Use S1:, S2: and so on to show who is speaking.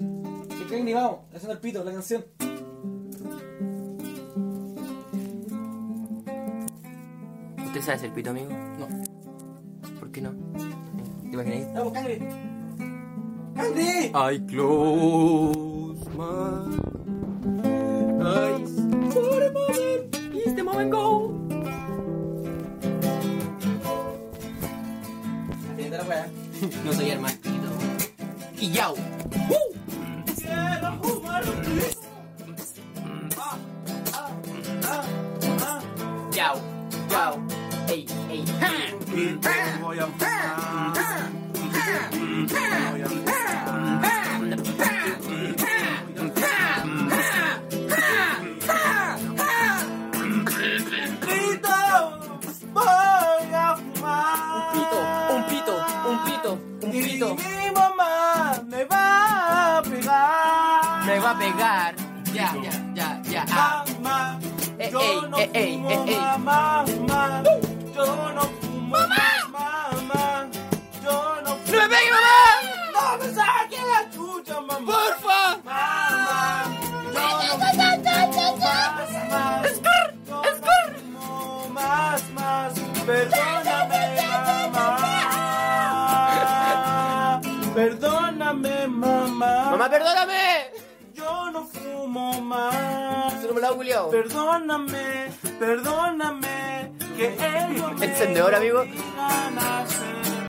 S1: Que Kenny, vamos, haciendo el pito, la canción.
S2: ¿Usted sabe hacer pito, amigo?
S1: No.
S2: ¿Por qué no? ¿Te imagináis?
S1: Vamos, Cangre. ¡Cangre!
S2: I close my eyes for a moment. Is the moment gone?
S1: Aprieta la weá.
S2: No soy armastito. Y Uh. yao. Yao. Yao. Ey, ey.
S3: voy a buscar. Voy a buscar.
S1: ¡Pito! ¡Voy a fumar!
S2: Un pito, un pito, un pito, un pito.
S1: mi mamá me va a pegar.
S2: Me va a pegar. Ya, ya, ya, ya. Ah.
S1: Mamá,
S2: Ey,
S1: yo
S2: ey,
S1: no
S2: ey, ey, eh,
S1: fumo,
S2: ey, ey.
S1: mamá, mamá. Yo no fumo, mamá, mamá. Yo no
S2: ¡No
S1: fumo.
S2: me pegue, mamá!
S1: ¡No me saques la chucha, mamá!
S2: ¡Porfa!
S1: ¡Mamá! ¡Yo no fumo más, más! Yo no fumo más, más! ¡Perdóname, mamá! ¡Perdóname, mamá!
S2: ¡Mamá, perdóname!
S1: Yo no fumo más.
S2: Se lo molaba, Julio.
S1: Perdóname, perdóname. Que ellos me
S2: Encendedor, amigo.
S1: obligan a hacer.